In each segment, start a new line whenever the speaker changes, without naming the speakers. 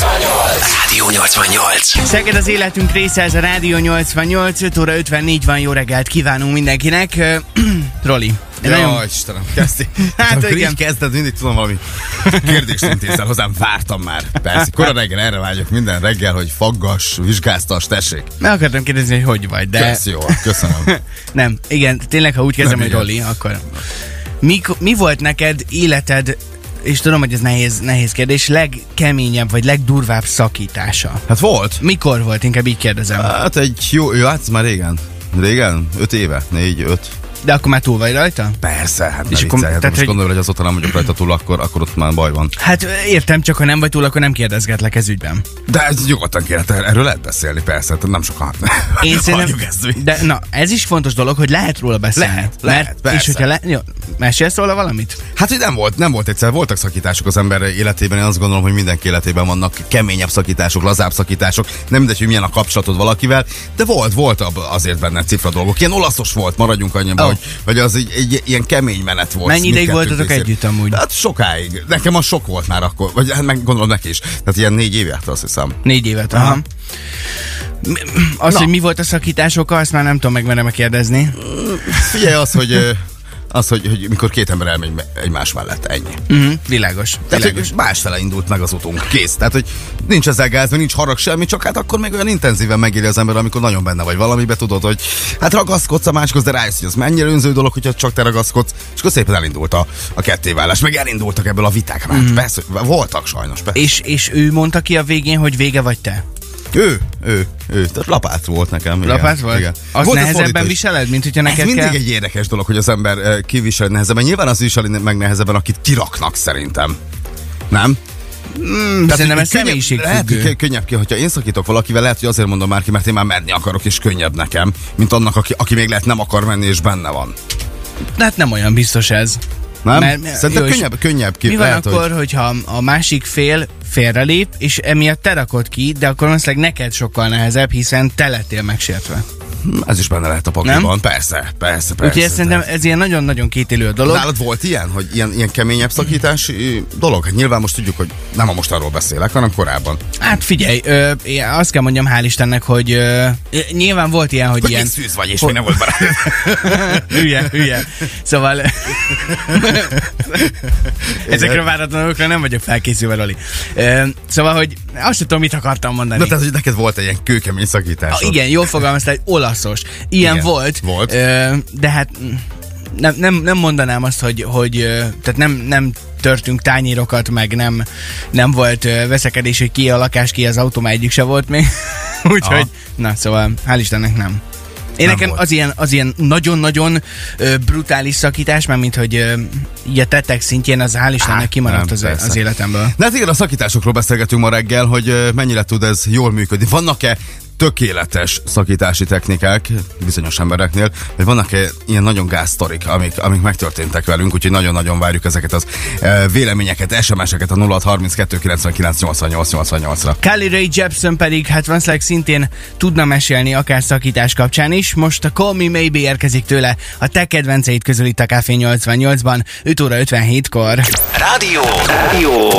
Rádió 88!
Szeged az életünk része, ez a Rádió 88, 5 óra 54 van, jó reggelt kívánunk mindenkinek. Roli.
Jaj,
nagyon-
Istenem, kezdi.
Hát
Hát Amikor
igen.
így kezdted, mindig tudom valami kérdést intézel hozzám, vártam már. Persze, kora reggel erre vágyok minden reggel, hogy faggas, vizsgáztas, tessék.
Meg akartam kérdezni, hogy hogy vagy, de
Kösz, jó, köszönöm.
nem. Igen, tényleg, ha úgy kezdem, hogy
Nem igaz.
Roli, akkor... Mi, mi volt neked életed, és tudom, hogy ez nehéz, nehéz kérdés, legkeményebb vagy legdurvább szakítása?
Hát volt?
Mikor volt, inkább így kérdezem.
Hát egy jó, jó hát ez már régen. Régen? Öt éve? Négy, öt.
De akkor már túl vagy rajta?
Persze, hát
És
és
akkor-
akkor, hát
tehát,
most
hogy-
gondolom, hogy azóta nem vagyok rajta túl, akkor, akkor ott már baj van.
Hát értem, csak ha nem vagy túl, akkor nem kérdezgetlek ez ügyben.
De ez nyugodtan kérhet, erről lehet beszélni, persze, tehát nem sokan.
Én
Hagyjuk
szerintem,
ezt mi.
de na, ez is fontos dolog, hogy lehet róla beszélni.
Lehet, lehet, persze.
És hogyha le, jó, mesélsz róla valamit?
Hát, hogy nem volt, nem volt egyszer. Voltak szakítások az ember életében. Én azt gondolom, hogy mindenki életében vannak keményebb szakítások, lazább szakítások. Nem mindegy, hogy milyen a kapcsolatod valakivel, de volt, volt ab- azért benne cifra dolgok. Ilyen olaszos volt, maradjunk annyiban,
Ó.
hogy, hogy az egy, egy, ilyen kemény menet volt.
Oh. Mennyi ideig
mindkettőnk
voltatok
részéről.
együtt amúgy?
Hát sokáig. Nekem az sok volt már akkor, vagy hát meg gondolom neki is. Tehát ilyen négy évet azt hiszem.
Négy évet, aha. aha. Az, hogy mi volt a szakítás oka, azt már nem tudom, megmerem kérdezni.
Figyelj az, hogy ö, az, hogy, hogy mikor két ember elmegy me- egymás mellett, ennyi.
Mhm, Világos,
Tehát,
világos.
hogy másfele indult meg az utunk. Kész. Tehát, hogy nincs ezzel gáz, mert nincs harag semmi, csak hát akkor még olyan intenzíven megéri az ember, amikor nagyon benne vagy valamibe, tudod, hogy hát ragaszkodsz a másikhoz, de rájössz, hogy az mennyire önző dolog, hogyha csak te ragaszkodsz, és akkor szépen elindult a, a kettévállás, meg elindultak ebből a viták. Már
Mhm.
mm. persze, voltak sajnos. Persze.
És, és ő mondta ki a végén, hogy vége vagy te?
Ő, ő, ő, tehát lapát volt nekem. igen,
Lapát volt?
Igen.
Azt
Volt a
nehezebben
fordító is.
viseled, mint hogyha neked
Ez mindig
kell?
egy érdekes dolog, hogy az ember eh, kiviseli nehezebben. Nyilván az viseli meg nehezebben, akit kiraknak szerintem. Nem? Mm,
szerintem ez
Lehet,
személyiségfüggő.
hogy kö- könnyebb ki, hogyha én szakítok valakivel, lehet, hogy azért mondom már ki, mert én már menni akarok, és könnyebb nekem, mint annak, aki, aki még lehet nem akar menni, és benne van.
Hát nem olyan biztos ez.
Nem?
Mert- mert-
Szerintem
jó, és
könnyebb, könnyebb ki.
Mi van
lehet,
akkor,
Hogy...
hogyha a másik fél félrelép, és emiatt te rakod ki, de akkor valószínűleg neked sokkal nehezebb, hiszen te lettél megsértve.
Hm, Ez is benne lehet a pakliban. Persze, persze, persze.
Úgyhogy ezt szerintem ez ilyen nagyon-nagyon kétélő a dolog.
Nálad volt ilyen, hogy ilyen, ilyen keményebb szakítás ö, dolog? Hát nyilván most tudjuk, hogy nem a most arról beszélek, hanem korábban.
Hát figyelj, ö, én azt kell mondjam, hál' Istennek, hogy ö, nyilván volt ilyen, hogy,
Hogy
ilyen...
még szűz vagy, és még nem volt barátod.
hülye, hülye. Szóval... Ezekre a váratlanokra nem vagyok felkészülve, Loli. Ö, szóval, hogy azt sem tudom, mit akartam mondani.
Na, tehát, hogy neked volt egy ilyen kőkemény szakítás.
Ah, igen, jól fogalmaztál, egy olaszos. Ilyen
Igen,
volt.
volt.
Ö, de hát mm, nem, nem, nem mondanám azt, hogy, hogy ö, tehát nem, nem törtünk tányérokat, meg nem, nem volt ö, veszekedés, hogy ki a lakás, ki az autó, már egyik se volt még. Úgyhogy,
Aha.
na szóval, hál' Istennek nem. Én
Nem
nekem
volt.
az ilyen, az ilyen nagyon-nagyon ö, brutális szakítás, mert mint hogy ö, így a tettek szintjén, az hál' Istennek
Á,
kimaradt
nem,
az,
persze.
az életemből.
Na hát igen, a szakításokról beszélgetünk ma reggel, hogy ö, mennyire tud ez jól működni. Vannak-e tökéletes szakítási technikák bizonyos embereknél, vagy vannak-e ilyen nagyon gáztorik, amik, amik megtörténtek velünk, úgyhogy nagyon-nagyon várjuk ezeket az ö, véleményeket, SMS-eket a 0632 99 88 88-ra.
Kelly Ray Jepsen pedig hát Vanszleg szintén tudna mesélni akár szakítás kapcsán is. Most a Call Me Maybe érkezik tőle a te kedvenceid közül itt a Café 88-ban, 5 óra 57-kor.
Rádió! Rádió!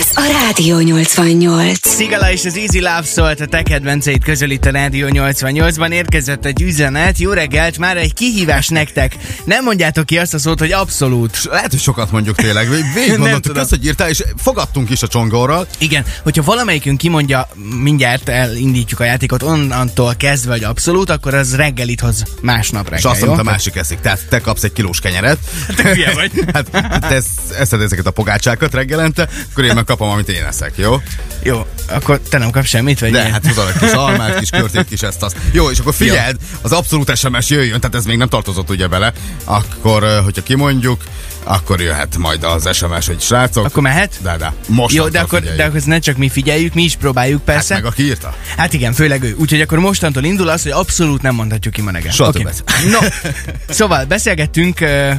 Ez a Rádió 88.
Szigala és az Easy Love szólt a te kedvenceid közül itt a Rádió 88-ban. Érkezett egy üzenet, jó reggelt, már egy kihívás nektek. Nem mondjátok ki azt a szót, hogy abszolút.
Lehet, hogy sokat mondjuk tényleg, végig
Nem
mondottuk
tudom.
azt, hogy írtál, és fogadtunk is a csongorral.
Igen, hogyha valamelyikünk kimondja, mindjárt elindítjuk a játékot, onnantól kezdve, hogy abszolút, akkor az reggelit hoz másnap reggel,
És azt,
jó?
amit a másik eszik. Tehát te kapsz egy kilós kenyeret.
Te hülye vagy.
Hát te esz- eszed ezeket a pogácsákat reggelente, akkor én megkapom, amit én eszek, jó?
Jó, akkor te nem kapsz semmit, vagy
De
mi?
hát hozol egy kis almát, kis körtét, kis ezt azt. Jó, és akkor figyeld, az abszolút SMS jöjjön, tehát ez még nem tartozott ugye bele. Akkor, ö, hogyha kimondjuk, akkor jöhet majd az SMS, hogy srácok.
Akkor mehet?
De, de. Most
Jó, de akkor, de akkor ezt ne csak mi figyeljük, mi is próbáljuk, persze.
meg aki írta.
Hát igen, főleg ő. Úgyhogy akkor mostantól indul az, hogy abszolút nem mondhatjuk ki ma reggel.
Soha
Oké.
többet.
No, szóval beszélgettünk ö,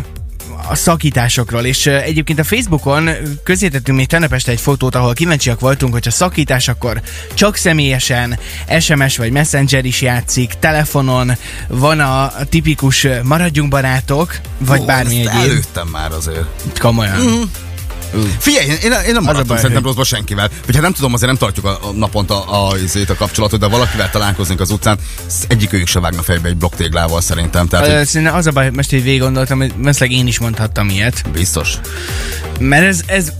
a szakításokról, és ö, egyébként a Facebookon közzétettünk még tegnap este egy fotót, ahol kíváncsiak voltunk, hogyha szakítás, akkor csak személyesen, SMS vagy Messenger is játszik, telefonon, van a tipikus ö, maradjunk barátok, vagy
Ó,
bármi
ezt
egyéb.
Előttem már azért.
Komolyan.
Figyelj, én, én én nem maradtam
baj,
szerintem
hogy-
rosszba senkivel. Hogyha nem tudom, azért nem tartjuk a, a naponta a, izét, a kapcsolatot, de valakivel találkozunk az utcán, sz- egyik őjük sem vágna fejbe egy blokk téglával szerintem. Tehát
Ö,
hogy
Szerintem az a baj, hogy most így végig gondoltam, hogy mesleg én is mondhattam ilyet.
biztos.
Mert ez, ez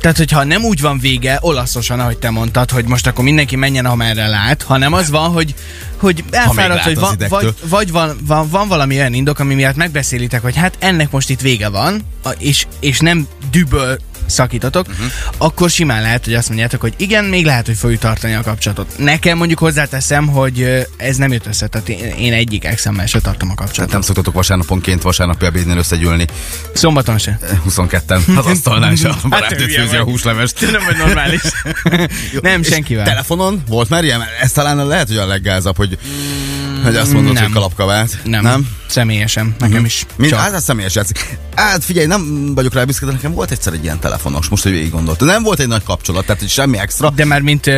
tehát, hogyha nem úgy van vége, olaszosan, ahogy te mondtad, hogy most akkor mindenki menjen, amerre lát, hanem az van, hogy, hogy elfáradt,
lát
hogy
az
van,
idegtől.
vagy, vagy van, van, van, valami olyan indok, ami miatt megbeszélitek, hogy hát ennek most itt vége van, a- és, és nem düböl szakítatok,
Mhm.
uh-huh. akkor simán lehet, hogy azt mondjátok, hogy igen, még lehet, hogy fogjuk tartani a kapcsolatot. Nekem mondjuk hozzáteszem, hogy ö, ez nem jött össze, tehát én, én egyik exemmel se tartom a
Tehát
kapcsolatot.
Hát nem szoktatok vasárnaponként, vasárnapi ebédnél összegyűlni.
Szombaton se.
22-en az asztalnál is a
te
barátnőt
hülye
főzi
Hát
a
vagy.
húslevest.
Te nem vagy normális.
Jó,
nem,
és
senkivel.
Telefonon volt már ilyen? Ez talán lehet, hogy a leggázabb, hogy, hogy azt mondod,
Mm, nem.
hogy kalapkabát.
Nem,
nem?
nem. személyesen, nekem
Mhm.
is.
Mind,
Csak.
hát ez személyes játszik. Hát figyelj, nem vagyok rá büszke, de nekem volt egyszer egy ilyen telefonos, most, hogy végig gondoltam. Nem volt egy nagy kapcsolat, tehát hogy semmi extra.
De már mint ö,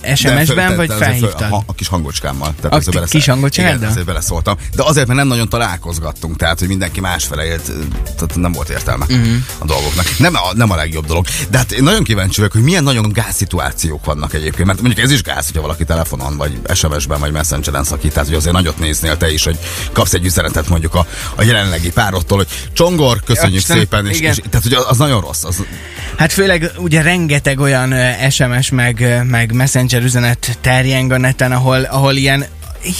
de
SMS-ben,
föltettem,
vagy
ez a föl-
felhívtad?
A, a kis hangocskámmal. Tehát
A
azért
ki-
belesz-
kis hangocskáddal?
Igen, azért beleszóltam. De azért, mert nem nagyon találkozgattunk, tehát hogy mindenki másfele élt, tehát nem volt értelme
Mhm.
uh-huh. a dolgoknak. Nem a, nem a legjobb dolog. De hát én nagyon kíváncsi vagyok, hogy milyen nagyon gáz szituációk vannak egyébként. Mert mondjuk ez is gáz, hogyha valaki telefonon, vagy SMS-ben, vagy messengeren szakít. Tehát hogy azért nagyot néznél te is, hogy kapsz egy üzenetet mondjuk a, a jelenlegi párodtól, hogy csongor, köszönjük
Istenem,
szépen. És,
igen.
és, tehát hogy az, az nagyon rossz. Az,
Hát főleg ugye rengeteg olyan ö, SMS meg, ö, meg messenger üzenet terjeng a neten, ahol, ahol ilyen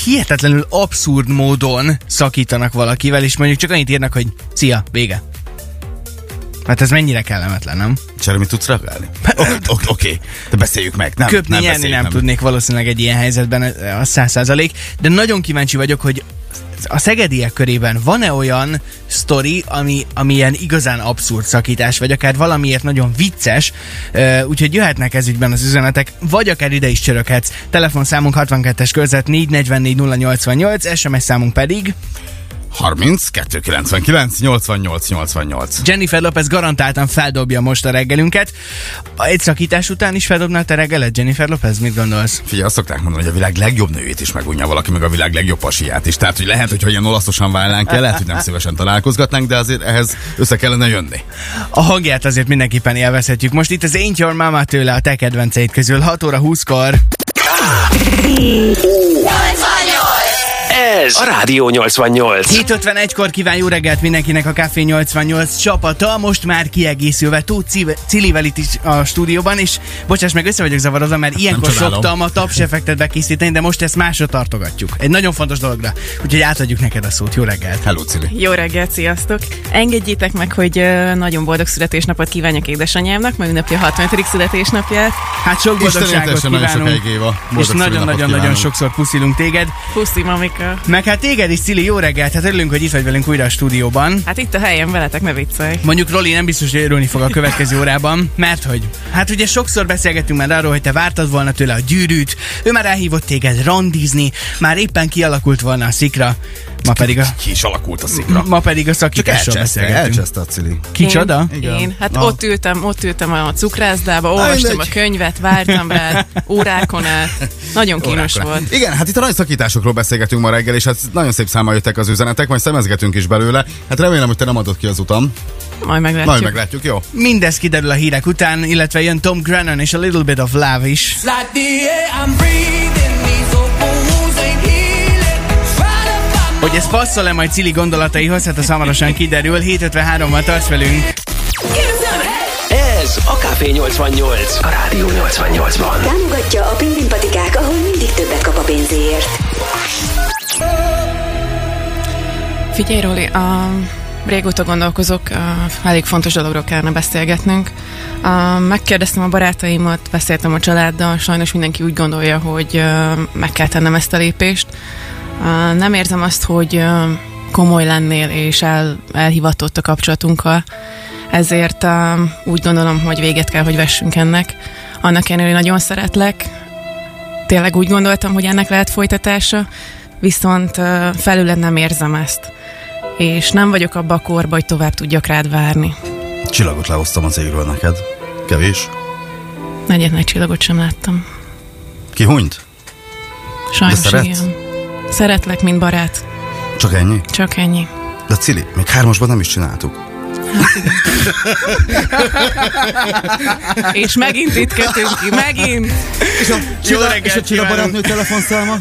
hihetetlenül abszurd módon szakítanak valakivel, és mondjuk csak annyit írnak, hogy szia, vége. Hát ez mennyire kellemetlen, nem?
Csára, mit tudsz reagálni? Oké, ok- oké, de beszéljük meg. Nem,
Köpni,
nem
nem nyerni
beszéljük,
nem, nem tudnék valószínűleg egy ilyen helyzetben, eh, az száz százalék, de nagyon kíváncsi vagyok, hogy a szegediek körében van-e olyan sztori, ami, ami ilyen igazán abszurd szakítás, vagy akár valamiért nagyon vicces, eh, úgyhogy jöhetnek ez ügyben az üzenetek, vagy akár ide is csöröghetsz. Telefonszámunk 62-es körzet 444 088, SMS számunk pedig
30 299 88 88.
Jennifer Lopez garantáltan feldobja most a reggelünket. Egy szakítás után is feldobná te reggelet, Jennifer Lopez, mit gondolsz?
Figyelj, azt szokták mondani, hogy a világ legjobb nőjét is megunja valaki, meg a világ legjobb pasiát is. Tehát, hogy lehet, hogy ha ilyen olaszosan válnánk el, lehet, hogy nem szívesen találkozgatnánk, de azért ehhez össze kellene jönni.
A hangját azért mindenképpen élvezhetjük. Most itt az Ain't Your Mama tőle a te kedvenceid közül 6 óra 20-kor.
Ez a Rádió 88.
7.51-kor kíván jó reggelt mindenkinek a Café 88 csapata, most már kiegészülve Tóth Civ- Cilivel itt is a stúdióban, és bocsáss meg, össze vagyok zavarodva, mert ilyenkor
csodálom.
szoktam a tapsefektet bekészíteni, de most ezt másra tartogatjuk. Egy nagyon fontos dologra, úgyhogy átadjuk neked a szót. Jó reggelt!
Hello, Cili.
Jó reggelt, sziasztok! Engedjétek meg, hogy ö, nagyon boldog születésnapot kívánjak édesanyámnak, mert ünnepli a 65. születésnapját.
Hát sok
Isten
boldogságot
éltesse nagyon
kívánunk,
sokáig, Éva. Boldog
és
szülinapot
nagyon-nagyon-nagyon
kívánunk.
sokszor puszilunk téged.
Puszi, mamika!
Meg hát téged is, Cili, jó reggelt! Hát örülünk, hogy itt vagy velünk újra a stúdióban.
Hát itt a helyen veletek, ne viccelj!
Mondjuk Roli nem biztos, hogy örülni fog a következő órában, mert hogy? Hát ugye sokszor beszélgettünk már arról, hogy te vártad volna tőle a gyűrűt, ő már elhívott téged randizni, már éppen kialakult volna a szikra, ma pedig a,
Ki is alakult a szikra.
ma pedig a
Mm-hmm. Csak
szakításról
elcseszte,
beszélgetünk.
elcseszte a Cili.
Kicsoda?
Én,
Igen.
én. hát
Na.
ott ültem, ott ültem a cukrászdába, olvastam
mindegy.
a könyvet, vártam rá, órákon át. Nagyon kínos
órákra.
volt.
Igen, hát itt a nagy szakításokról beszélgetünk ma reggel, és hát nagyon szép száma jöttek az üzenetek, majd szemezgetünk is belőle. Hát remélem, hogy te nem adod ki az utam.
Hát Majd
Majd
meglátjuk.
meglátjuk, jó?
Mindez kiderül a hírek után, illetve jön Tom Grennan és a Little Bit of Love is.
like the air I'm breathing. These open wounds ain't healing. Try to find
Hogy ez passzol-e majd Cili gondolataihoz, hát az hamarosan kiderül. 7.53-mal tarts velünk.
Ez a Café 88. A Rádió 88-ban.
Támogatja a Pintin Patikák, ahol mindig többet kap a pénzéért.
Figyelj, Roli, a... régóta gondolkozok, a... elég fontos dologról kellene beszélgetnünk. A... Megkérdeztem a barátaimat, beszéltem a családdal, sajnos mindenki úgy gondolja, hogy ö, meg kell tennem ezt a lépést. Ö, Nem érzem azt, hogy ö, komoly lennél és el... elhivatott a kapcsolatunkkal, ezért ö, úgy gondolom, hogy véget kell, hogy vessünk ennek. Annak ellenére, hogy nagyon szeretlek, tényleg úgy gondoltam, hogy ennek lehet folytatása, viszont ö, felület nem érzem ezt. És nem vagyok abba a korba, hogy tovább tudjak rád várni.
Csillagot lehoztam az égről neked. Kevés.
Egyetlen egy csillagot sem láttam.
Kihunyt?
Sajnos
De szeretsz?
igen. Szeretlek, mint barát.
Csak ennyi?
Csak ennyi.
De Cili, még hármasban nem is csináltuk.
És megint itt kötünk ki, megint.
És a Csilla,
reggelt
és a Csilla
kívánunk.
barátnő telefonszáma?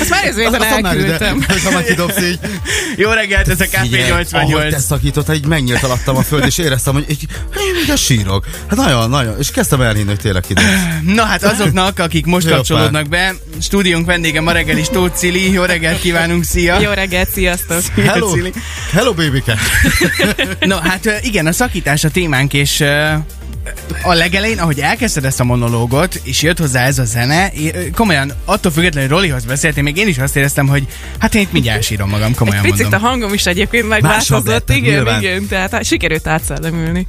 Ezt már ez véletlen
Azt már ide,
elküldtem.
hogyha már kidobsz így.
Jó reggelt, ez a
Figyelj, Ahogy te
KP88.
szakítottál, így megnyílt alattam a föld, és éreztem, hogy így, így, így a sírok. Hát nagyon, nagyon. És kezdtem elhinni, hogy tényleg kidobsz.
Na hát azoknak, akik most
Hoppá.
kapcsolódnak be, stúdiónk vendége ma reggel is Tóth Cili. Jó reggelt kívánunk, szia!
Jó reggelt, sziasztok!
Hello,
Cili.
hello babyke.
No, hát ö, igen, a szakítás a témánk, és ö, a legelején, ahogy elkezdted ezt a monológot, és jött hozzá ez a zene, é- ö, komolyan, attól függetlenül hogy Rolihoz beszéltél, még én is azt éreztem, hogy hát én itt mindjárt sírom magam,
Egy
komolyan
picit a
mondom.
hangom is egyébként megváltozott,
letted,
igen,
nyilván.
igen, tehát hát, sikerült átszellemülni.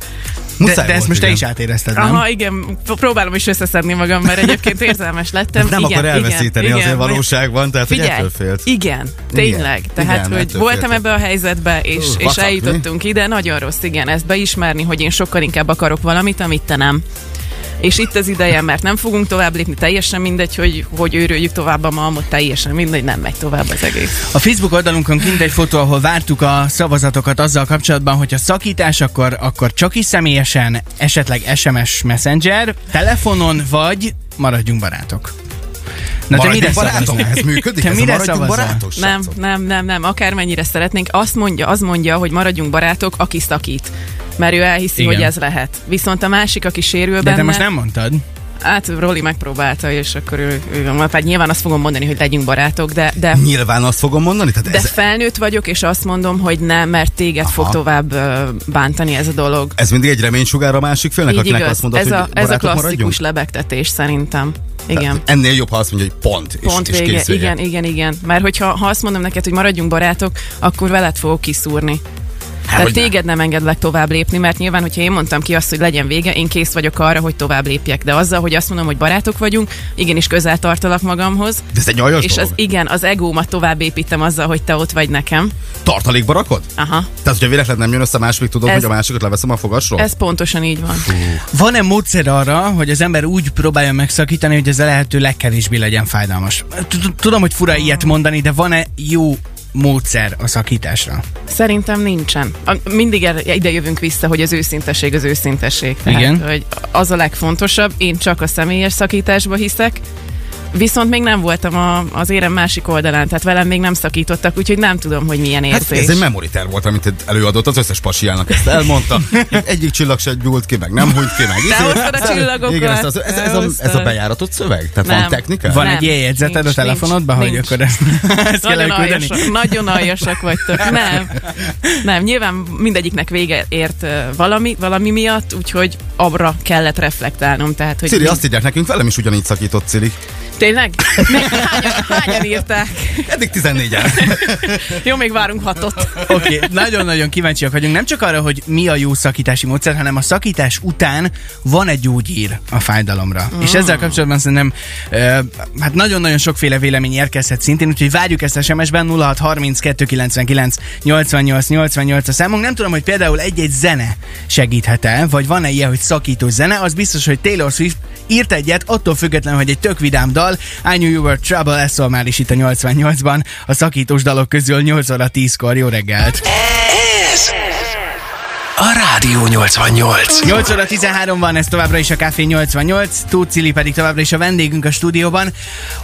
De, de ezt most te is átérezted, nem?
Aha, igen, p- próbálom is összeszedni magam, mert egyébként érzelmes lettem.
Ez nem
igen,
akar
igen,
elveszíteni
igen,
azért valóságban, tehát hogy
Figyelj,
ettől félt.
igen, tényleg.
Igen,
Tehát,
igen,
hogy
ettől
voltam
féltem.
ebbe a helyzetbe, és,
Ú,
és
vacak,
eljutottunk ide, nagyon rossz, igen, ezt beismerni, hogy én sokkal inkább akarok valamit, amit te nem. És itt az ideje, mert nem fogunk tovább lépni, teljesen mindegy, hogy, hogy őrüljük tovább a malmot, teljesen mindegy, nem megy tovább az egész.
A Facebook oldalunkon kint egy fotó, ahol vártuk a szavazatokat azzal kapcsolatban, hogy a szakítás, akkor, akkor csak is személyesen, esetleg SMS Messenger, telefonon, vagy maradjunk barátok. Na te mire
barátom,
szavaznál?
ez működik?
Te
ez a
mire
maradjunk
szavazol?
barátok,
Nem,
srácok?
nem, nem, nem, akármennyire szeretnénk, azt mondja, az mondja, hogy maradjunk barátok, aki szakít. Mert ő elhiszi,
Igen.
hogy ez lehet. Viszont a másik, aki sérül
De
benne,
te most nem mondtad.
hát Roli megpróbálta, és akkor ő, ő hát nyilván azt fogom mondani, hogy legyünk barátok, de, de
Nyilván azt fogom mondani, tehát
De
ez,
felnőtt vagyok, és azt mondom, hogy nem, mert téged Aha. fog tovább ö, bántani ez a dolog.
ez mindig egy reménysugár a másik félnek,
Így
akinek
igaz.
azt mondod,
ez,
hogy
a, ez a
barátok
klasszikus
maradjunk.
lebegtetés szerintem. Igen.
Tehát ennél jobb, ha azt mondja, hogy pont,
Pont
és, és
vége.
kész vége.
Igen, igen, igen. Mert hogyha ha azt mondom neked, hogy maradjunk barátok, akkor veled fogok kiszúrni. Tehát
Hát, hogy ne.
téged nem engedlek tovább lépni, mert nyilván, hogyha én mondtam ki azt, hogy legyen vége, én kész vagyok arra, hogy tovább lépjek. De azzal, hogy azt mondom, hogy barátok vagyunk, igenis közel tartalak magamhoz,
De ez egy aljas
és az
dolog.
igen, az egómat tovább építem azzal, hogy te ott vagy nekem.
Tartalékba rakod?
Aha.
Tehát, hogyha véletlen nem jön össze, másik tudod,
Ez-
hogy a másikat leveszem a fogasról?
Ez pontosan így van.
Van-e módszer arra, hogy az ember úgy próbálja megszakítani, hogy ez a lehető legkevésbé legyen fájdalmas? Tud- Tudom, hogy fura ilyet mondani, de van-e jó módszer a szakításra?
Szerintem nincsen. A- Mindig erre- ide jövünk vissza, hogy az őszintesség az őszintesség. Tehát,
Igen.
Hogy az a legfontosabb, én csak a személyes szakításba hiszek, Viszont még nem voltam a, az érem másik oldalán, tehát velem még nem szakítottak, úgyhogy nem tudom, hogy milyen
Hát
érzés.
ez egy memoriter volt, amit itt előadott, az összes pasiának ezt elmondta. Egyik csillag se gyúlt ki, meg nem hújt ki, meg. izé.
Elhoztad a csillagokat.
Igen, ez, az, ez, ez, a, ez a
Elhoztad.
bejáratott szöveg? Tehát van
Nem.
technika?
Van
Nem,
egy ilyen jegyzeted a
nincs,
telefonodban,
nincs,
hogy
nincs.
akkor ezt, ezt kell
Nagyon
elküldeni?
aljasak, nagyon aljasak vagytok. Nem, nem, nyilván mindegyiknek vége ért ö, valami, valami miatt, úgyhogy abra kellett reflektálnom. Tehát, hogy
Ciri,
mi-
azt írják nekünk, velem is ugyanígy szakított Ciri.
Tényleg? Hányan, hányan írták?
Eddig 14-en.
Jó, még várunk hatot.
Oké, okay, nagyon-nagyon kíváncsiak vagyunk nem csak arra, hogy mi a jó szakítási módszer, hanem a szakítás után van egy gyógyír a fájdalomra. Mm. És ezzel kapcsolatban szerintem ö, hát nagyon-nagyon sokféle vélemény érkezhet szintén, úgyhogy várjuk ezt SMS-ben 0632 99 88 88 a számunk. Nem tudom, hogy például egy-egy zene segíthet-e, vagy van-e ilyen, hogy szakító zene, az biztos, hogy Taylor Swift írt egyet, attól függetlenül, hogy egy tök vidám dal, I Knew You Were Trouble, ez szól már is itt a 88-ban, a szakítós dalok közül 8 óra 10-kor, jó reggelt!
Ez a Rádió 88.
8 óra 13 van, ez továbbra is a Café 88, Tóth Cili pedig továbbra is a vendégünk a stúdióban.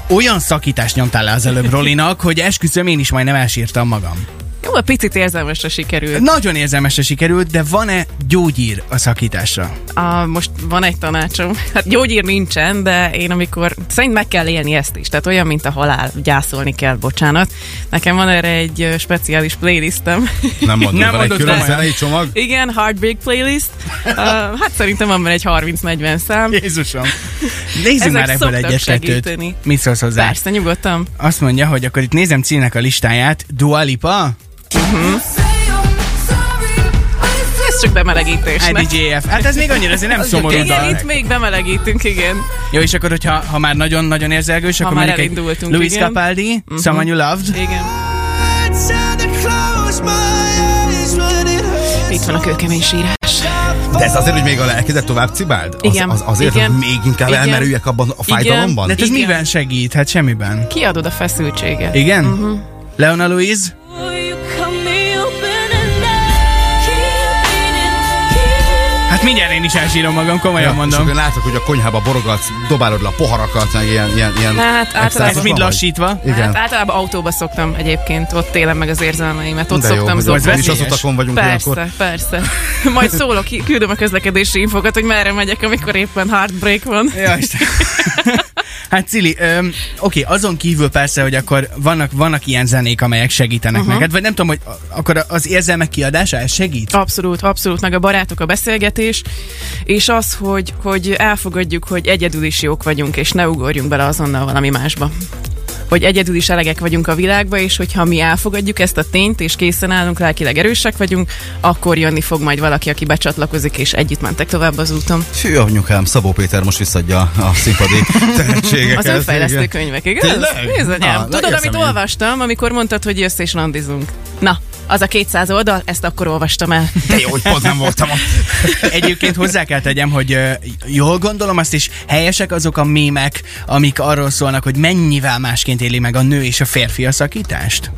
Olyan szakítást nyomtál le az előbb Rolinak, hogy esküszöm én is majdnem elsírtam magam.
Jó, a picit érzelmesre sikerült.
Nagyon érzelmesre sikerült, de van-e gyógyír a szakításra?
A, most van egy tanácsom. Hát gyógyír nincsen, de én amikor... Szerint meg kell élni ezt is. Tehát olyan, mint a halál. Gyászolni kell, bocsánat. Nekem van erre egy ö, speciális playlistem.
Nem mondod,
Nem
van egy
mondod
külön
komolyan.
zenei csomag.
Igen, Heartbreak playlist. Uh, hát szerintem van benne egy 30-40 szám.
Jézusom! Nézzünk
Ezek
már ebből
szoktak
egyet
segíteni.
kettőt. Mit szólsz hozzá?
Persze, nyugodtan.
Azt mondja, hogy akkor itt nézem Cilinek a listáját. Dua Lipa?
Ez csak bemelegítésnek.
IDJF. Hát ez még annyira azért nem szomorú
Igen,
dal.
itt még bemelegítünk, igen.
Jó, és akkor, hogyha ha már nagyon-nagyon érzelgős,
Ha
akkor
már
mondjuk egy
elindultunk,
Louis
igen. Mhm.
Capaldi, Someone You Loved.
Igen. Itt van a kőkemény sírás.
De ez azért, hogy még a lelkedet tovább cibáld? Az,
Igen.
Az, azért,
Igen.
hogy még inkább
Igen.
elmerüljek abban a
Igen.
fájdalomban?
De hát ez
Igen.
miben segít? Hát semmiben.
Kiadod a feszültséget.
Igen? Uh-huh. Leona Louise?
You cut me open and I can't
Most Hát mindjárt én is elsírom magam, komolyan ja,
És
mondom.
akkor látok, hogy a konyhába borogatsz, dobálod le a poharakat, meg ilyen... ilyen, ilyen
Na, hát
extra-
általában-
Ez mind
vagy?
lassítva.
Igen.
Hát általában autóba szoktam egyébként, ott élem meg az érzelmeimet, ott
De jó,
szoktam
hogy
zokogni.
mi is az
veszélyes.
utakon vagyunk
Persze,
ilyenkor.
persze. Majd szólok, ki- küldöm a közlekedési infokat, hogy merre megyek, amikor éppen heartbreak van.
Ja, Isten. Hát Cili, öm, oké, azon kívül persze, hogy akkor vannak, vannak ilyen zenék, amelyek segítenek uh-huh. neked, vagy nem tudom, hogy a- akkor az érzelmek kiadása, ez segít?
Abszolút, abszolút, meg a barátok, a beszélgetés, és az, hogy, hogy elfogadjuk, hogy egyedül is jók vagyunk, és ne ugorjunk bele azonnal valami másba. Hogy egyedül is elegek vagyunk a világba, és hogyha mi elfogadjuk ezt a tényt, és készen állunk, lelkileg erősek vagyunk, akkor jönni fog majd valaki, aki becsatlakozik, és együtt mentek tovább az úton.
Fű, anyukám, Szabó Péter most visszadja a színpadi
Az
tehetségeket.
önfejlesztő
Igen.
könyvek, igaz?
Tényleg? Na,
Bizonyám. Tudod,
legérzem
amit
én.
olvastam, amikor mondtad, hogy jössz és randizunk. Na, az a 200 oldal, ezt akkor olvastam el.
De jó, hogy pont nem voltam ott.
Egyébként hozzá kell tegyem, hogy ö, jól gondolom azt is, helyesek azok a mémek, amik arról szólnak, hogy mennyivel másként éli meg a nő és a férfi a szakítást?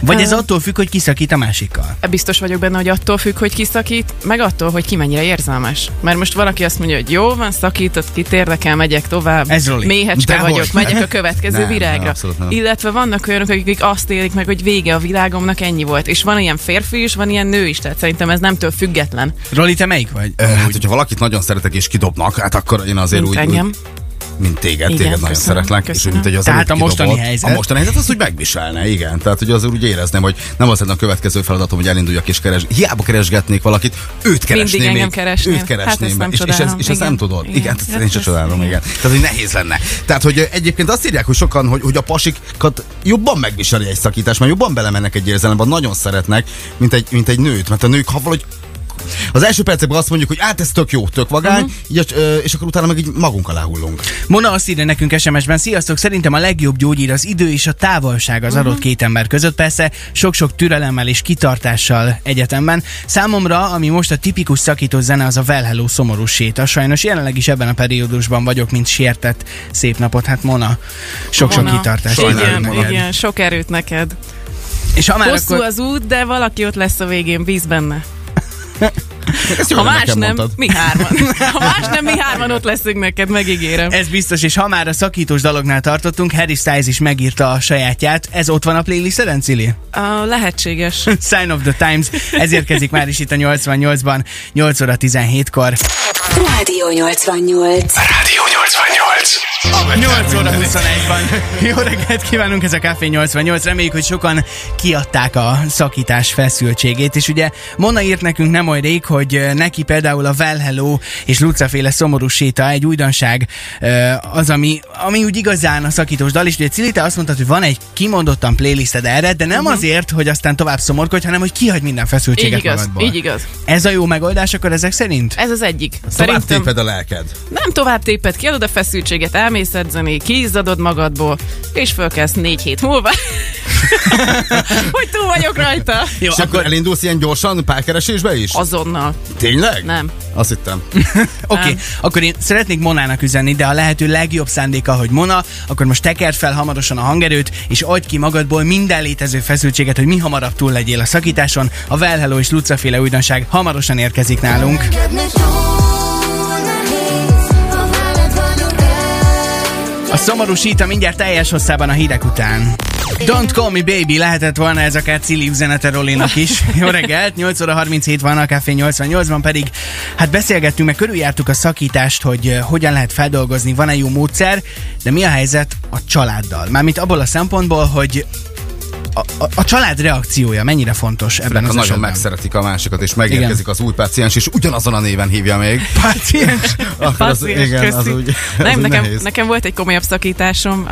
Vagy ez
Ö.
attól függ, hogy kiszakít a másikkal?
Biztos vagyok benne, hogy attól függ, hogy ki szakít, meg attól, hogy ki mennyire érzelmes. Mert most valaki azt mondja, hogy jó van, szakított, kit érdekel, megyek tovább.
Ez Roli.
Méhecske
Dehogy.
vagyok, megyek a következő
Nem, nem,
virágra.
abszolút nem.
Illetve vannak olyanok, akik azt élik meg, hogy vége a világomnak, ennyi volt. És van ilyen férfi is, van ilyen nő is, tehát szerintem ez nemtől független.
Roli, te melyik vagy?
Ö, Hát, hogyha valakit nagyon szeretek és kidobnak, hát akkor én azért
Mint
úgy,
engem.
úgy, mint téged,
Igen,
téged nagyon
köszönöm,
szeretlek, és úgy,
köszönöm.
mint hogy az
Tehát
előbb
a mostani
kidobott.
helyzet?
A mostani helyzet azt úgy megviselne, igen. Tehát, hogy az úgy érezném, hogy nem az lenne a következő feladatom, hogy elinduljak és keres. Hiába keresgetnék valakit, őt keresném.
engem
én,
keresnél.
Őt keresném.
Hát ezt
én.
nem
és, és, ez,
csodálom.
és ezt nem
Igen.
tudod. Igen,
Igen. Hát
igen ezt én
Ezt-
sem
ezt-
csodálom, igen. Tehát, hogy nehéz lenne. Tehát, hogy ö, egyébként azt írják, hogy sokan, hogy, hogy a pasikat jobban megviseli egy szakítás, mert jobban belemennek egy érzelembe, nagyon szeretnek, mint egy, mint egy nőt. Mert a nők, ha valahogy az első percekben azt mondjuk, hogy hát ez tök jó, tök vagány,
Mhm.
uh-huh. így, a- ö, és akkor utána meg így magunk alá hullunk.
Mona azt írja nekünk SMS-ben, sziasztok, szerintem a legjobb gyógyír az idő és a távolság az
Mhm.
adott két ember között, persze sok-sok türelemmel és kitartással egyetemben. Számomra, ami most a tipikus szakító zene, az a Well Hello szomorú séta. Sajnos jelenleg is ebben a periódusban vagyok, mint sértett. Szép napot, hát Mona, sok-sok
Mona.
kitartást.
Sajnáljuk,
Igen,
kívánunk neked.
igen, sok erőt neked.
És ha már
Hosszú
akkor...
az út, de valaki ott lesz a végén, bíz benne.
Ezt jól
Ha más
nekem
nem,
mondtad.
mi hárman. Ha más nem, mi hárman ott leszünk neked, megígérem.
Ez biztos, és ha már a szakítós dalognál tartottunk, Harry Styles is megírta a sajátját. Ez ott van a playlisteden, Cili?
A lehetséges.
Sign of the Times, ez érkezik már is itt a 88-ban, 8 óra 17-kor.
Rádió 88.
Rádió 88.
8 óra 21-ban. Jó reggelt kívánunk, ez a Café 88. Reméljük, hogy sokan kiadták a szakítás feszültségét. És ugye Mona írt nekünk nem oly rég, hogy ö, neki például a Well Hello és Lucaféle szomorú séta egy újdonság ö, az, ami, ami úgy igazán a szakítós dal. És ugye Cili, te azt mondtad, hogy van egy kimondottan playlisted erre, de nem azért, hogy aztán tovább szomorkodj, hanem hogy kihagy minden
Mhm. Így
feszültséget
igaz,
magadból.
így igaz.
Ez a jó megoldás akkor ezek szerint?
Ez az egyik.
Tovább
Szerintem
téped a lelked.
nem tovább téped, kiadod a feszültséget, elmész edzeni, kiizzadod magadból, és fölkelsz négy hét múlva. hogy túl vagyok rajta.
Jó,
és akkor,
akkor-
elindulsz ilyen gyorsan párkeresésbe is?
Azonnal.
Tényleg?
Nem.
Azt hittem.
Oké, okay,
Nem.
akkor én szeretnék Monának üzenni, de a lehető legjobb szándéka, hogy Mona, akkor most tekerd fel hamarosan a hangerőt, és adj ki magadból minden létező feszültséget, hogy mi hamarabb túl legyél a szakításon. A Well Hello és Lucaféle újdonság hamarosan érkezik nálunk. A szomorú síta mindjárt teljes hosszában a hírek után. Don't call me baby, lehetett volna ez akár Cili üzenete Rolinak is. Jó reggelt, 8 óra 37 van, a Café 88-ban pedig hát beszélgettünk, meg körüljártuk a szakítást, hogy eh, hogyan lehet feldolgozni, van-e jó módszer, de mi a helyzet a családdal? Mármint abból a szempontból, hogy a, a, a család reakciója mennyire fontos ebben
Ha
az
nagyon
esetben.
megszeretik a másikat, és megérkezik
Igen.
az új páciens, és ugyanazon a néven hívja még.
Páciens.
Akkor az,
Passzíves,
igen, az
köszi.
úgy, az
Nem,
úgy
nekem,
nehéz.
nekem volt egy komolyabb szakításom.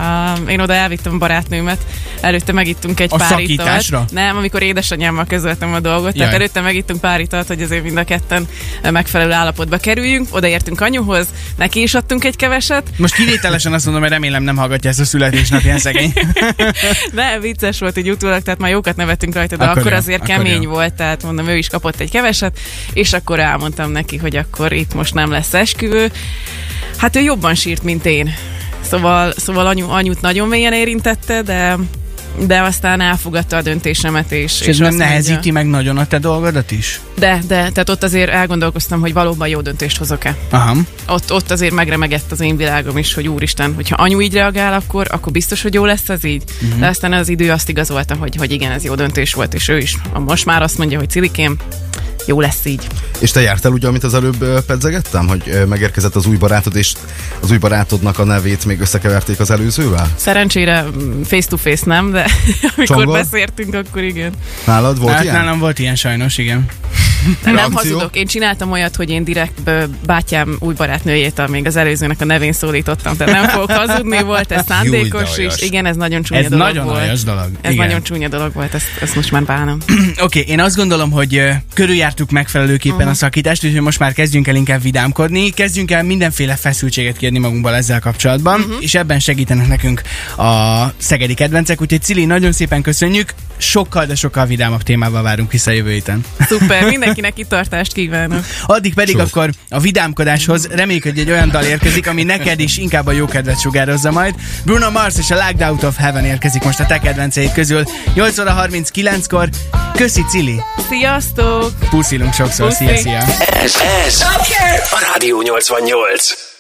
Uh, én oda elvittem a barátnőmet. Előtte megittunk egy
A
pár italt.
szakításra?
Nem, amikor édesanyámmal közöltem a dolgot. Tehát
Jaj.
előtte megittunk pár italt, hogy azért mind a ketten ö, megfelelő állapotba kerüljünk. Odaértünk anyuhoz, neki is adtunk egy keveset.
Most kivételesen azt mondom, hogy remélem nem hallgatja ezt a születésnapján szegény.
De vicces volt egy utólag, tehát már jókat nevettünk rajta, de
Akkor
akkor,
jó,
azért
akkor
kemény
jó.
volt, tehát mondom, ő is kapott egy keveset, és akkor elmondtam neki, hogy akkor itt most nem lesz esküvő. Hát ő jobban sírt, mint én. Szóval, szóval anyu, anyut nagyon mélyen érintette, de de aztán elfogadta a döntésemet, és,
És ez nem
azt mondja-
nehezíti meg nagyon a te dolgodat is?
De, de, tehát ott azért elgondolkoztam, hogy valóban jó döntést hozok-e.
Aha.
Ott, ott azért megremegett az én világom is, hogy úristen, hogyha anyu így reagál, akkor, akkor biztos, hogy jó lesz ez így. Uh-huh. De aztán az idő azt igazolta, hogy, hogy igen, ez jó döntés volt, és ő is most már azt mondja, hogy Cilikém, jó lesz így.
És te jártál ugye, amit az előbb ö, pedzegettem, hogy ö, megérkezett az új barátod, és az új barátodnak a nevét még összekeverték az előzővel?
Szerencsére mm, face-to-face nem, de amikor
Csongor?
beszéltünk, akkor igen.
Nálad volt
Hát
ilyen?
nálam volt ilyen sajnos, igen.
Nem
Reakció?
hazudok, én csináltam olyat, hogy én direkt ö, bátyám új barátnőjét, a- még az előzőnek a nevén szólítottam, tehát nem fogok hazudni, volt ez
aljas.
szándékos, és igen, ez nagyon csúnya
Ez
dolog
nagyon
volt.
aljas dolog.
Ez
Igen.
nagyon csúnya dolog volt, ezt, ezt most már bánom.
Oké, okay, én azt gondolom, hogy ö, körüljártuk megfelelőképpen
Mhm.
uh-huh. a szakítást, úgyhogy most már kezdjünk el inkább vidámkodni, kezdjünk el mindenféle feszültséget kérni magunkból ezzel kapcsolatban,
Mhm.
uh-huh. és ebben segítenek nekünk a szegedi kedvencek, úgyhogy Cili, nagyon szépen köszönjük, sokkal, de sokkal vidámabb témával várunk vissza jövő héten.
Szuper, mindenkinek kitartást kívánok.
Addig pedig
Sok.
akkor a vidámkodáshoz reméljük, hogy egy olyan dal érkezik, ami neked is inkább a jó kedvet sugározza majd. Bruno Mars és a Locked Out of Heaven érkezik most a te kedvenceid közül. 8 óra 39-kor. Köszi Cili!
Sziasztok!
Puszilunk sokszor,
Puszi.
szia, szia!
Ez, ez a Rádió 88.